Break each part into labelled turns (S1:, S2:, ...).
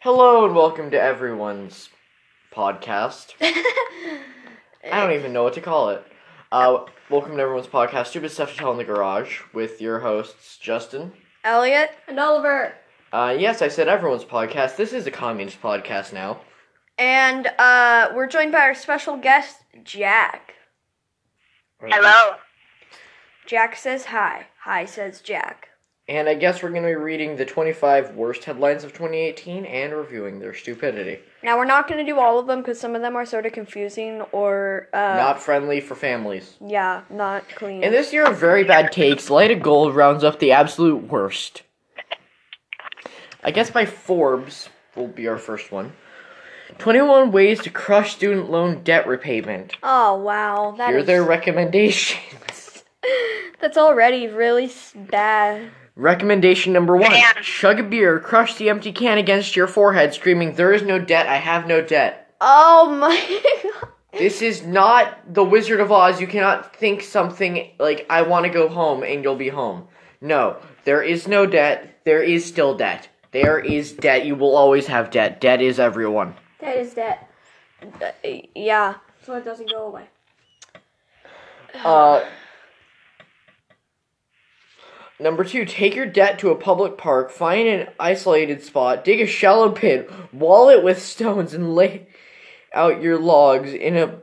S1: Hello and welcome to everyone's podcast. I don't even know what to call it. Uh, welcome to everyone's podcast, Stupid Stuff to Tell in the Garage, with your hosts, Justin.
S2: Elliot.
S3: And Oliver.
S1: Uh, yes, I said everyone's podcast. This is a communist podcast now.
S2: And uh, we're joined by our special guest, Jack.
S4: Hello.
S2: Jack says hi. Hi says Jack.
S1: And I guess we're going to be reading the 25 worst headlines of 2018 and reviewing their stupidity.
S2: Now, we're not going to do all of them because some of them are sort of confusing or. Uh,
S1: Not friendly for families.
S2: Yeah, not clean.
S1: And this year of very bad takes, Light of Gold rounds up the absolute worst. I guess by Forbes will be our first one. 21 ways to crush student loan debt repayment.
S2: oh, wow. That
S1: Here are
S2: is-
S1: their recommendations.
S2: that's already really s- bad.
S1: Recommendation number one
S4: Damn.
S1: Chug a beer, crush the empty can against your forehead, screaming, There is no debt, I have no debt.
S2: Oh, my God.
S1: This is not the Wizard of Oz. You cannot think something like, I want to go home and you'll be home. No, there is no debt. There is still debt. There is debt. You will always have debt. Debt is everyone.
S3: That is that.
S2: Uh, Yeah.
S3: So it doesn't go away.
S1: Uh, number two, take your debt to a public park, find an isolated spot, dig a shallow pit, wall it with stones, and lay out your logs in a.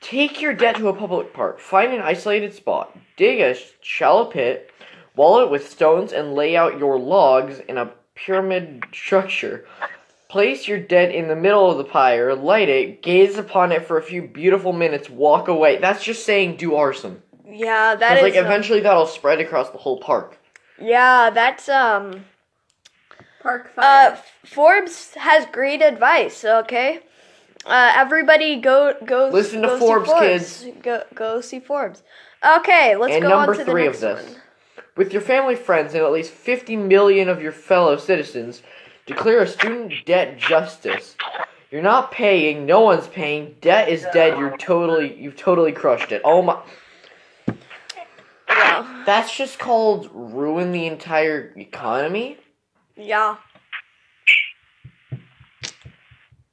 S1: Take your debt to a public park, find an isolated spot, dig a shallow pit, wall it with stones, and lay out your logs in a pyramid structure. Place your dead in the middle of the pyre, light it, gaze upon it for a few beautiful minutes, walk away. That's just saying do arson.
S2: Yeah, that
S1: 'Cause,
S2: is.
S1: like
S2: um,
S1: eventually that'll spread across the whole park.
S2: yeah, that's. um.
S3: Park
S2: Uh,
S3: fire.
S2: Forbes has great advice. Okay, uh, everybody go go
S1: Listen to
S2: go see
S1: Forbes, kids.
S2: Go go see Forbes. Okay, let's
S1: and
S2: go
S1: number
S2: on to
S1: three
S2: the
S1: of
S2: next
S1: this.
S2: one.
S1: With your family, friends, and at least 50 million of your fellow citizens, declare a student debt justice. You're not paying, no one's paying, debt is dead, you're totally, you've totally crushed it. Oh my.
S2: Wow.
S1: That's just called ruin the entire economy?
S2: Yeah.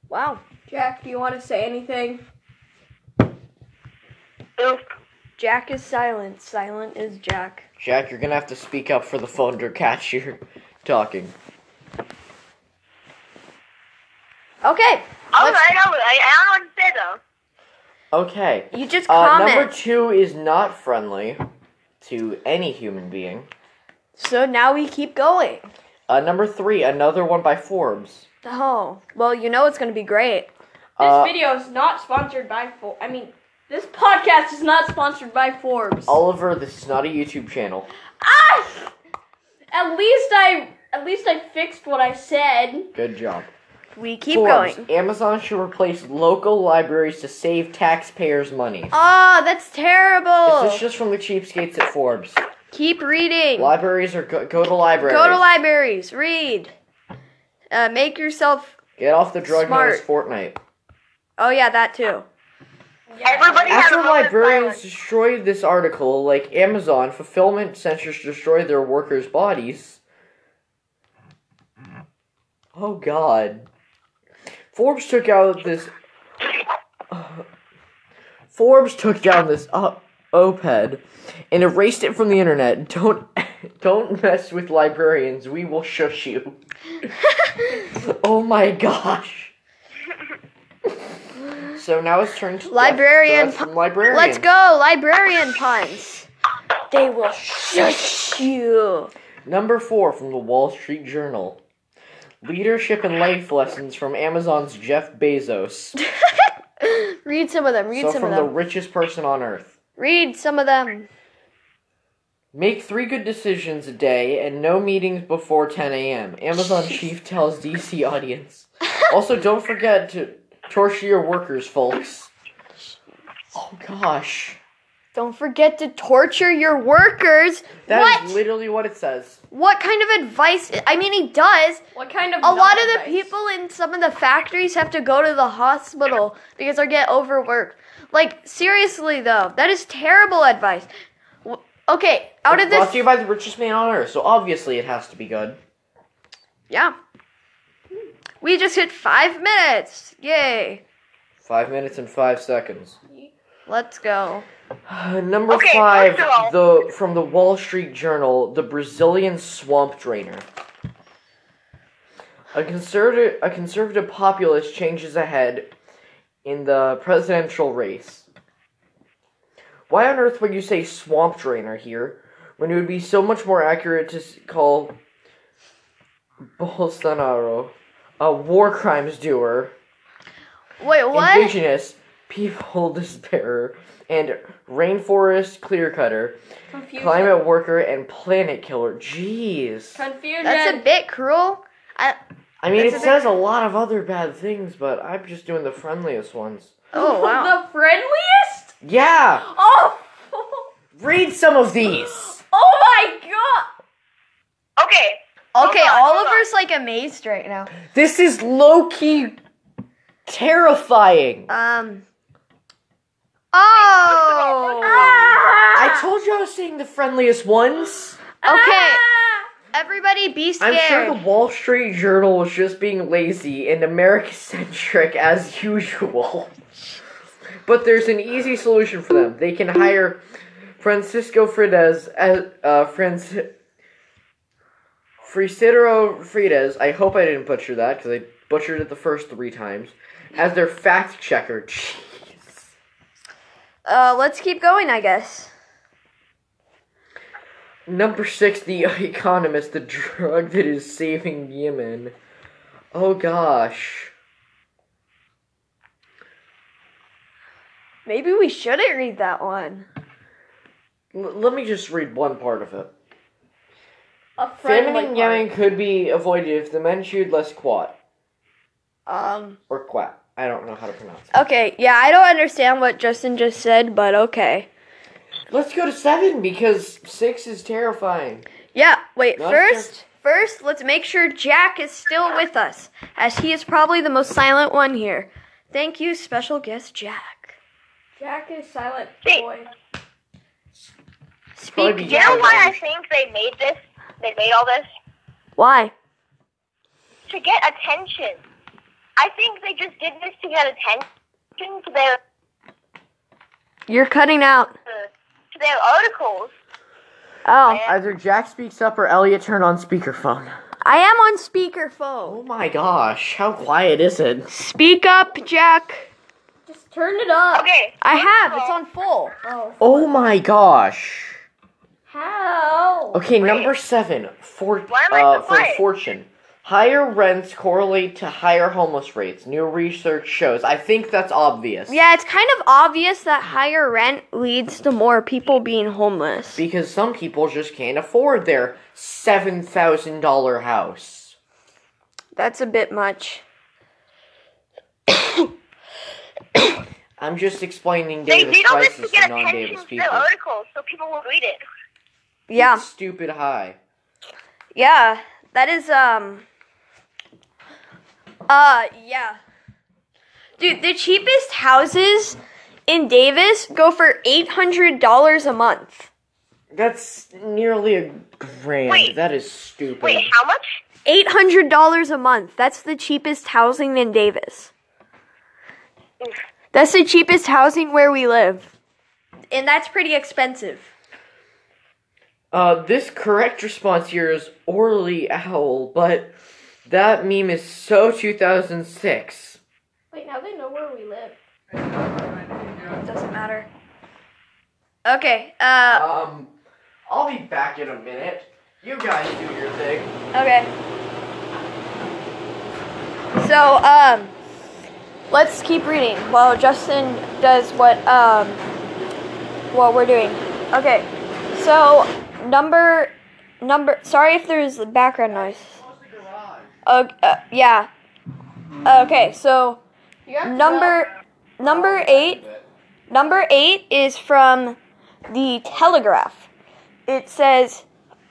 S2: Wow.
S3: Jack, do you want to say anything?
S4: Nope.
S2: Jack is silent. Silent is Jack.
S1: Jack, you're gonna have to speak up for the phone to catch you talking.
S2: Okay,
S4: Oh,
S2: Let's-
S4: I know. I, I don't know what to say though.
S1: Okay.
S2: you just
S1: Uh,
S2: comment.
S1: number two is not friendly to any human being.
S2: so now we keep going.
S1: Uh, number three, another one by Forbes.
S2: Oh well, you know it's gonna be great.
S1: Uh,
S3: video is not sponsored by Forbes. I mean, this podcast is not sponsored by Forbes.
S1: Oliver, this is not a YouTube channel.
S3: Ah! At least I, at least I fixed what I said.
S1: Good job.
S2: We keep
S1: Forbes,
S2: going.
S1: Amazon should replace local libraries to save taxpayers' money.
S2: Oh, that's terrible.
S1: Is this just from the cheapskates at Forbes?
S2: keep reading.
S1: Libraries are go, go to libraries.
S2: Go to libraries, read, uh, make yourself.
S1: Get off the drug known as Fortnite.
S2: Oh yeah, that too.
S4: Everybody has a
S1: After
S4: moment of
S1: librarians
S4: silence.
S1: destroyed this article, like Amazon, fulfillment centers destroy their workers' bodies. Oh god. Forbes took out this. Forbes took down this uh, op- oped and erased it from the internet. Don't don't mess with librarians. We will shush you. oh my gosh. so now it's turned to
S2: Librarian
S1: Jeff- Jeff from librarian.
S2: Let's go, librarian puns. They will shush you.
S1: Number four from the Wall Street Journal. Leadership and life lessons from Amazon's Jeff Bezos.
S2: Read some of them. Read
S1: so
S2: some
S1: from
S2: of
S1: the
S2: them.
S1: richest person on earth.
S2: Read some of them.
S1: Make three good decisions a day and no meetings before 10 a.m. Amazon chief tells DC audience. Also, don't forget to torture your workers, folks. Oh gosh.
S2: Don't forget to torture your workers.
S1: that is
S2: what?
S1: literally what it says.
S2: what kind of advice? I mean, he does.
S3: What kind of?
S2: A lot of the
S3: advice?
S2: people in some of the factories have to go to the hospital because they get overworked. Like seriously, though, that is terrible advice. W- Okay, out
S1: It's
S2: of
S1: Brought
S2: this,
S1: to you by the richest man on earth, so obviously it has to be good.
S2: yeah. We just hit five minutes. Yay.
S1: Five minutes and five seconds.
S2: Let's go.
S1: Number
S4: Okay,
S1: five,
S4: first of
S1: the from the Wall Street Journal, the Brazilian swamp drainer. A conservative, a conservative populist changes ahead in the presidential race. Why on earth would you say swamp drainer here, when it would be so much more accurate to s- call Bolsonaro a war crimes doer?
S2: Wait, what?
S1: indigenous people despairer and rainforest clear cutter
S3: Confusion.
S1: climate worker and planet killer jeez
S3: Confusion.
S2: That's a bit cruel. I
S1: i mean it
S2: That's a bit-
S1: says a lot of other bad things but i'm just doing the friendliest ones
S2: Oh wow.
S3: the friendliest?
S1: yeah
S3: Oh.
S1: read some of these
S3: Oh my god.
S4: Okay.
S2: Okay,
S4: Hold on, hold
S2: Oliver's like amazed right now.
S1: this is low-key terrifying
S2: Um
S4: Oh.
S2: Oh.
S1: i told you i was saying the friendliest ones
S2: Okay,
S3: Ah.
S2: everybody be
S1: I'm sure
S2: scared.
S1: the Wall Street Journal was just being lazy and America centric as usual. But there's an easy solution for them. They can hire Francisco Frides as uh Franci- Frisidero Frides. I hope I didn't butcher that because I butchered it the first three times. As their fact checker. Jeez.
S2: Uh let's keep going, I guess.
S1: Number six, The Economist, the drug that is saving Yemen. Oh gosh.
S2: Maybe we shouldn't read that one.
S1: L- let me just read one part of it.
S3: A
S1: Famine
S3: friendly
S1: in Yemen could be avoided if the men chewed less quat
S2: Um
S1: or quat. I don't know how to pronounce it.
S2: okay, yeah, I don't understand what Justin just said, but okay.
S1: Let's go to seven because six is terrifying.
S2: Yeah, wait,
S1: Not
S2: first first let's make sure Jack is still with us, as he is probably the most silent one here. Thank you, special guest Jack.
S3: Jack is silent
S4: Hey.
S3: boy.
S1: Probably
S2: Speak
S1: be-
S4: You know why I think they made this? They made all this?
S2: why?
S4: To get attention. I think they just did this to get attention to their
S2: You're cutting out.
S4: to their articles.
S2: Oh.
S1: Either Jack speaks up or Elliot turn on speakerphone.
S2: I am on speakerphone.
S1: Oh my gosh, how quiet is it?
S2: Speak up, Jack.
S3: Just turn it up.
S4: Okay.
S2: I have. It's on full.
S3: Oh.
S1: Oh my gosh.
S3: How?
S1: Okay, number seven for
S4: Why am I
S1: uh,
S4: so
S1: for
S4: quiet?
S1: fortune. Higher rents correlate to higher homeless rates. New research shows. I think that's obvious.
S2: Yeah, it's kind of obvious that higher rent leads to more people being homeless.
S1: Because some people just can't afford their seven thousand dollar house.
S2: That's a bit much.
S1: I'm just explaining
S4: They
S1: Davis
S4: did all this to
S1: prices to
S4: get
S1: non-Davis
S4: attention to
S1: people.
S4: their articles so people will read it.
S2: Yeah.
S1: It's Stupid high.
S2: Yeah. That is um Uh yeah. Dude, the cheapest houses in Davis go for $800 a month.
S1: That's nearly a grand.
S4: Wait.
S1: That is stupid.
S4: Wait, how much?
S2: $800 a month. That's the cheapest housing in Davis. That's the cheapest housing where we live. And that's pretty expensive.
S1: Uh, this correct response here is Orly Owl, but that meme is so 2006.
S3: Wait, now they know where we live.
S2: It doesn't matter. Okay, uh,
S1: Um, I'll be back in a minute. You guys do your thing.
S2: okay. So, um, let's keep reading while Justin does what, um, what we're doing. Okay, so number, number, sorry if there's background noise. Uh, uh, yeah. Okay, so
S3: You have to Oh,
S2: number number eight number eight is from the telegraph it says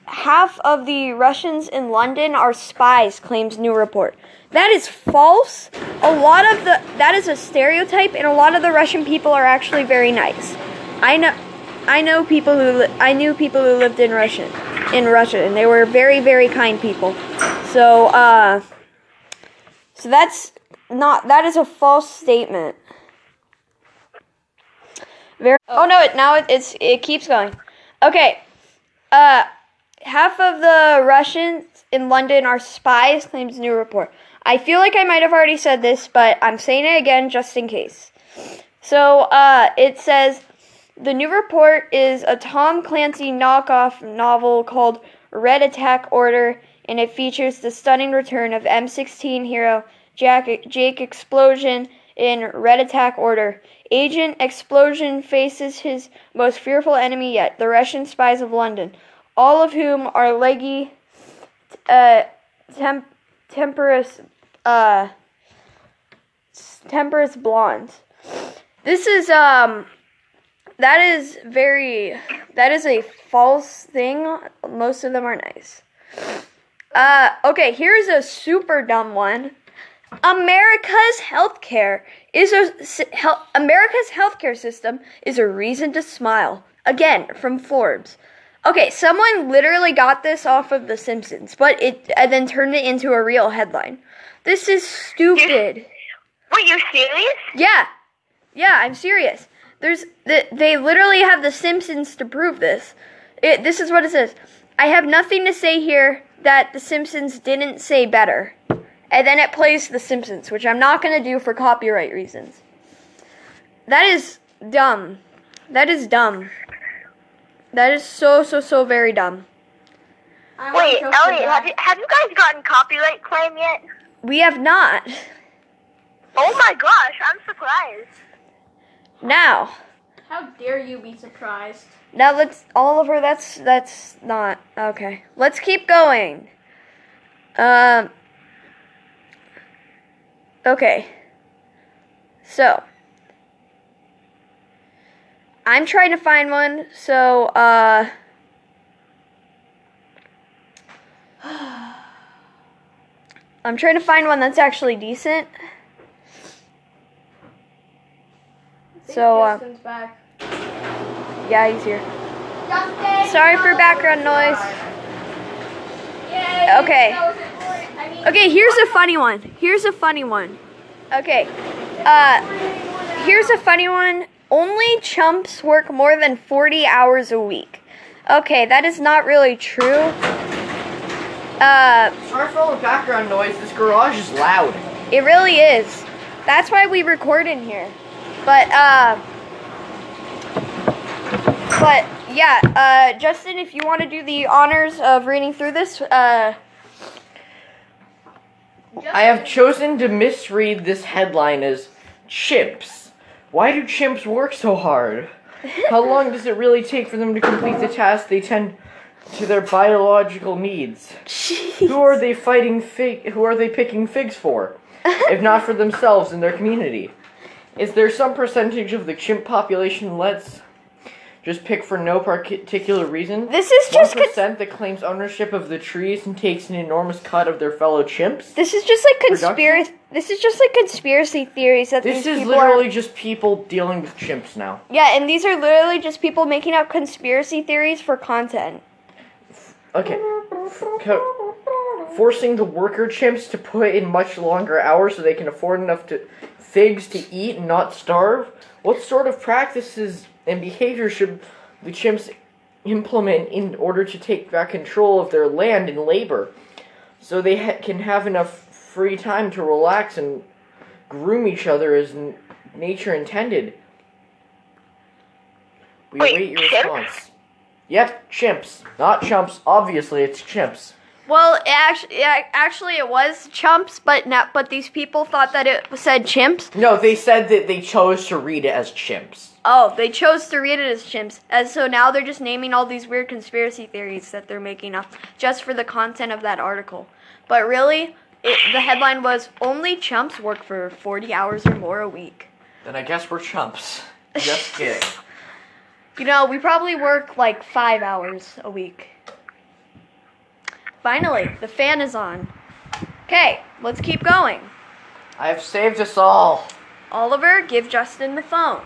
S2: half of the russians in london are spies claims new report that is false a lot of the that is a stereotype and a lot of the russian people are actually very nice i know i know people who li- i knew people who lived in russia in russia and they were very very kind people so uh So that's not that is a false statement. Very. Oh, no! It now it, it's it keeps going. Okay. Uh, half of the Russians in London are spies, claims new report. I feel like I might have already said this, but I'm saying it again just in case. So uh, it says the new report is a Tom Clancy knockoff novel called Red Attack Order, and it features the stunning return of M16 hero Jack, Jake Explosion in Red Attack Order. Agent Explosion faces his most fearful enemy yet, the Russian spies of London, all of whom are leggy, uh, temp- temperous, uh, s- temperous blondes. This is um that is very that is a false thing most of them are nice uh okay here's a super dumb one america's healthcare is a s- hel- america's healthcare system is a reason to smile again from forbes okay someone literally got this off of the simpsons but it and then turned it into a real headline this is stupid
S4: Were you serious?
S2: yeah, yeah, I'm serious. There's th- they literally have the Simpsons to prove this. It, this is what it says. I have nothing to say here that the Simpsons didn't say better. And then it plays the Simpsons, which I'm not gonna do for copyright reasons. That is dumb. That is dumb. That is so so so very dumb.
S3: I wanna
S4: Wait,
S3: go so
S4: Elliot, have
S3: bad.
S4: you, have you guys gotten copyright claim yet?
S2: We have not
S4: Oh my gosh, I'm surprised.
S2: now.
S3: How dare you be surprised?
S2: Now let's Oliver, that's that's not okay. Let's keep going. Um Okay. So I'm trying to find one, so uh I'm trying to find one that's actually decent.
S3: I think
S2: So uh,
S3: Justin's back.
S2: yeah, he's here.
S3: Justin,
S2: Sorry for
S3: no.
S2: background noise.
S3: Yay,
S2: Okay.
S3: that was important. I mean,
S2: Okay, here's a funny one. Here's a funny one. Okay. Uh here's a funny one. Only chumps work more than 40 hours a week. Okay, that is not really true. Uh
S1: Sorry for all the background noise. This garage is loud.
S2: it really is. That's why we record in here. But uh but yeah, uh Justin, if you want to do the honors of reading through this, uh
S1: I have chosen to misread this headline as chimps. Why do chimps work so hard? How long does it really take for them to complete the task they tend to their biological needs? Who are they fighting fig who are they picking figs for? If not for themselves and their community. Is there some percentage of the chimp population let's just pick for no particular reason?
S2: this is just
S1: one
S2: con-
S1: percent that claims ownership of the trees and takes an enormous cut of their fellow chimps.
S2: This is just like conspiracy.
S1: Production?
S2: This is just like conspiracy theories that
S1: This
S2: these
S1: is
S2: people
S1: literally just people dealing with chimps now.
S2: are. Yeah, and these are literally just people making up conspiracy theories for content.
S1: Okay. Co- forcing the worker chimps to put in much longer hours so they can afford enough to figs to eat and not starve. What sort of practices and behavior should the chimps implement in order to take back control of their land and labor so they ha- can have enough free time to relax and groom each other as n- nature intended? We
S4: Wait,
S1: await your
S4: chimps?
S1: response. Yep, chimps. Not chumps. Obviously, it's chimps.
S2: Well, it actually, yeah, actually, it was chumps, but not, but these people thought that it said chimps.
S1: No, they said that they chose to read it as chimps.
S2: Oh, they chose to read it as chimps, and so now they're just naming all these weird conspiracy theories that they're making up just for the content of that article. But really, it, the headline was only chumps work for forty hours or more a week.
S1: Then I guess we're chumps. Just kidding.
S2: You know, we probably work like five hours a week. Finally, the fan is on. Okay, let's keep going.
S1: I have saved us all.
S2: Oliver, give Justin the phone.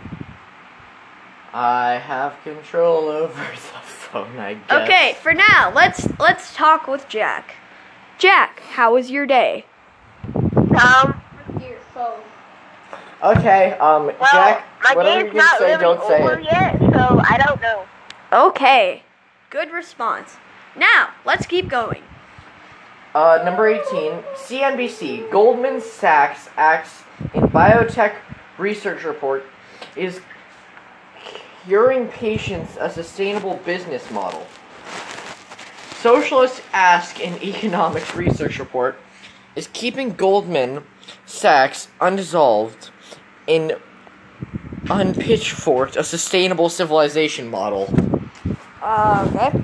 S1: I have control over the phone, I guess.
S2: Okay, for now, let's let's talk with Jack. Jack, how was your day?
S4: Um,
S3: Your phone.
S1: Okay, um,
S4: well,
S1: Jack,
S4: my
S1: whatever
S4: game's
S1: you
S4: not
S1: say,
S4: really
S1: don't say
S4: over
S1: it.
S4: yet, so I don't know.
S2: Okay. Good response. Now, let's keep going.
S1: Uh, number 18, CNBC. Goldman Sachs acts in biotech research report is curing patients a sustainable business model. Socialists ask in economics research report is keeping Goldman Sachs undissolved in unpitchforked a sustainable civilization model.
S2: Okay.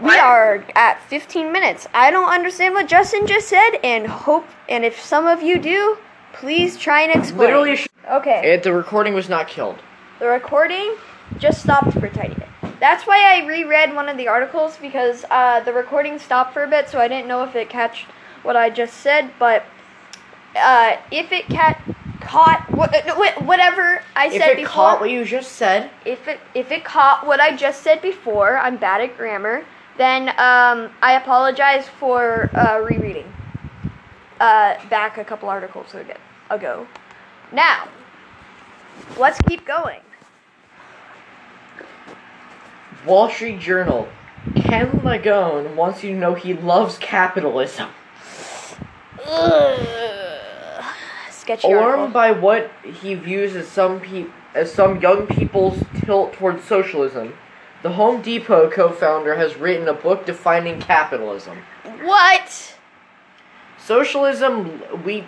S2: We are at 15 minutes. I don't understand what Justin just said, and hope, and if some of you do, please try and explain.
S1: Literally, sh-
S2: Okay.
S1: it, the recording was not killed.
S2: the recording just stopped for a tiny bit. That's why I reread one of the articles because uh, the recording stopped for a bit, so I didn't know if it catched what I just said. But uh, if it ca- caught what, uh, no, wait, whatever I
S1: If
S2: said
S1: it
S2: before,
S1: caught what you just said,
S2: if it if it caught what I just said before, I'm bad at grammar. Then um, I apologize for uh, rereading uh, back a couple articles ag- ago. Now, let's keep going.
S1: Wall Street Journal. Ken Lagone wants you to know he loves capitalism.
S2: Ugh. Sketchy
S1: Alarmed
S2: article.
S1: by what he views as some pe- as some young people's tilt towards socialism, the Home Depot co-founder has written a book defining capitalism.
S2: What?
S1: Socialism, we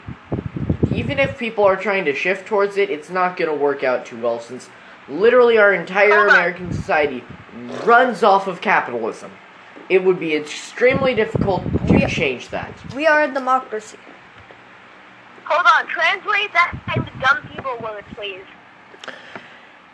S1: even if people are trying to shift towards it, it's not going to work out too well since literally our entire
S4: Hold on.
S1: American society runs off of capitalism. It would be extremely difficult to
S2: We-
S1: change that.
S2: We are a democracy.
S4: Hold on, translate that into dumb people words, please.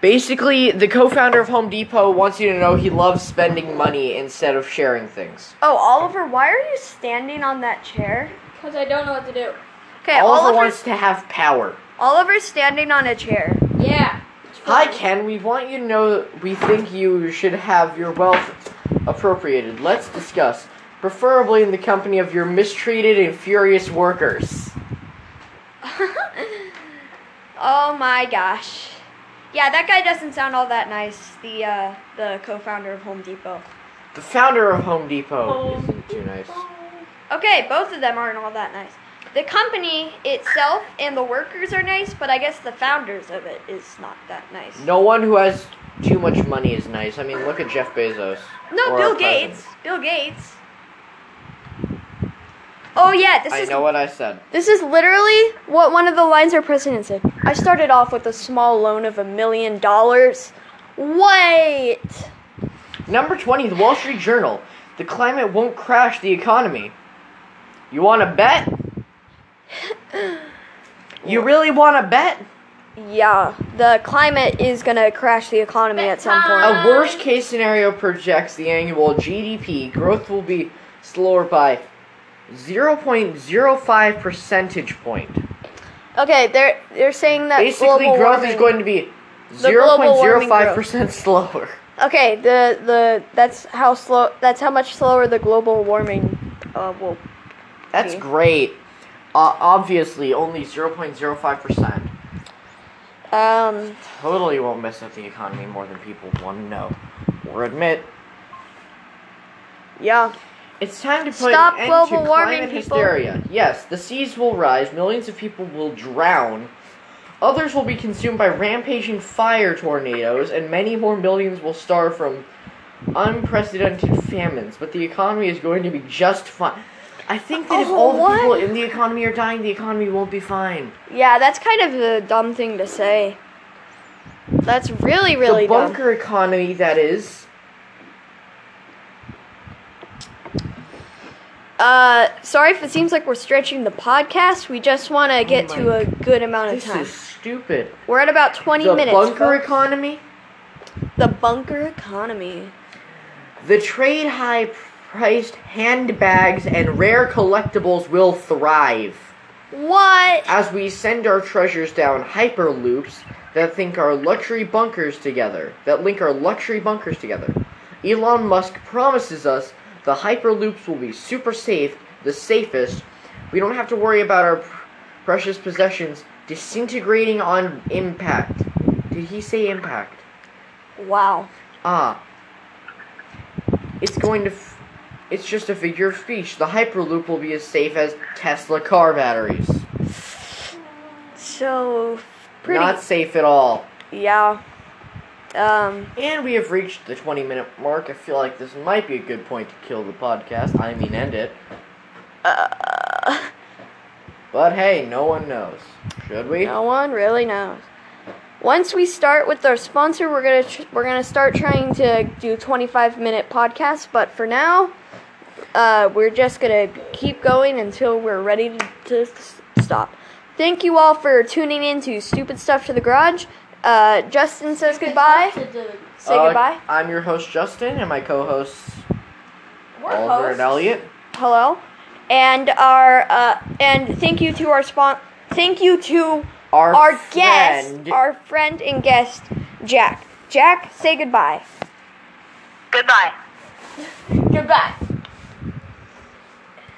S1: Basically, the co-founder of Home Depot wants you to know he loves spending money instead of sharing things.
S2: Oh, Oliver, why are you standing on that chair?
S3: Because I don't know what to do.
S2: Okay,
S1: Oliver
S2: Oliver's,
S1: wants to have power.
S2: Oliver's standing on a chair.
S3: Yeah.
S1: Hi, Ken. We want you to know that we think you should have your wealth appropriated. Let's discuss, preferably in the company of your mistreated and furious workers.
S2: Oh my gosh. Yeah, that guy doesn't sound all that nice. The uh, the co-founder of Home Depot.
S1: The founder of Home Depot
S3: Home
S1: isn't too nice.
S2: Okay, both of them aren't all that nice. The company itself and the workers are nice, but I guess the founders of it is not that nice.
S1: No one who has too much money is nice. I mean, look at Jeff Bezos.
S2: No,
S1: or
S2: Bill
S1: our president.
S2: Gates. Bill Gates. Oh yeah, this
S1: I
S2: is
S1: know what I said.
S2: this is literally what one of the lines our president said. I started off with a small loan of a million dollars. Wait.
S1: Number 20, the Wall Street Journal. The climate won't crash the economy. You want to bet? You really want to bet?
S2: Yeah, the climate is gonna crash the economy at some point.
S1: A worst case scenario projects the annual GDP growth will be slower by 0.05 percentage point.
S2: Okay, they're they're saying that
S1: Oh. Basically,
S2: global
S1: growth
S2: warming-
S1: is going to be
S2: The global warming
S1: 0.05% slower.
S2: Okay, the the that's how slow that's how much slower the global warming uh, will.
S1: That's
S2: Okay.
S1: great. Uh, obviously, only 0.05%.
S2: Um,
S1: totally won't mess up the economy more than people want to know or admit.
S2: yeah.
S1: It's time to put
S2: Stop
S1: an end
S2: global
S1: to
S2: warming,
S1: climate
S2: people.
S1: hysteria. Yes, the seas will rise, millions of people will drown, others will be consumed by rampaging fire tornadoes, and many more millions will starve from unprecedented famines. But the economy is going to be just fine. I think that if
S2: Oh,
S1: all the
S2: what?
S1: people in the economy are dying, the economy won't be fine.
S2: Yeah, that's kind of a dumb thing to say. That's really, really
S1: the
S2: dumb.
S1: bunker economy, that is.
S2: Uh, sorry if it seems like we're stretching the podcast. We just want to get
S1: Oh my
S2: to a good amount of
S1: This
S2: time.
S1: is stupid.
S2: We're at about 20
S1: the
S2: minutes.
S1: bunker
S2: folks.
S1: economy?
S2: the bunker economy.
S1: The trade high priced handbags and rare collectibles will thrive
S2: What?
S1: as we send our treasures down hyperloops that think our luxury bunkers together, that link our luxury bunkers together. Elon Musk promises us the hyperloops will be super safe, the safest, We don't have to worry about our pr- precious possessions disintegrating on impact. Did he say impact?
S2: Wow.
S1: Ah. It's going to. F- it's just a figure of speech. The Hyperloop will be as safe as Tesla car batteries.
S2: So pretty.
S1: Not safe at all.
S2: yeah. Um.
S1: And we have reached the 20 minute mark. I feel like this might be a good point to kill the podcast. I mean, end it.
S2: Uh,
S1: But hey, no one knows. Should we?
S2: no one really knows. Once we start with our sponsor, we're gonna tr- we're gonna start trying to do 25 minute podcasts. But for now, uh, we're just gonna keep going until we're ready to, to s- stop. Thank you all for tuning in to Stupid Stuff to the Garage. Uh, Justin says goodbye. Say
S1: Uh,
S2: goodbye.
S1: I'm your host, Justin, and my co hosts,
S3: We're
S1: Oliver and
S3: hosts.
S1: Elliot.
S2: hello and our uh, and thank you to our spon- thank you to
S1: Our,
S2: our, guest
S1: friend-
S2: our friend and guest jack jack say goodbye
S4: Goodbye.
S3: Goodbye.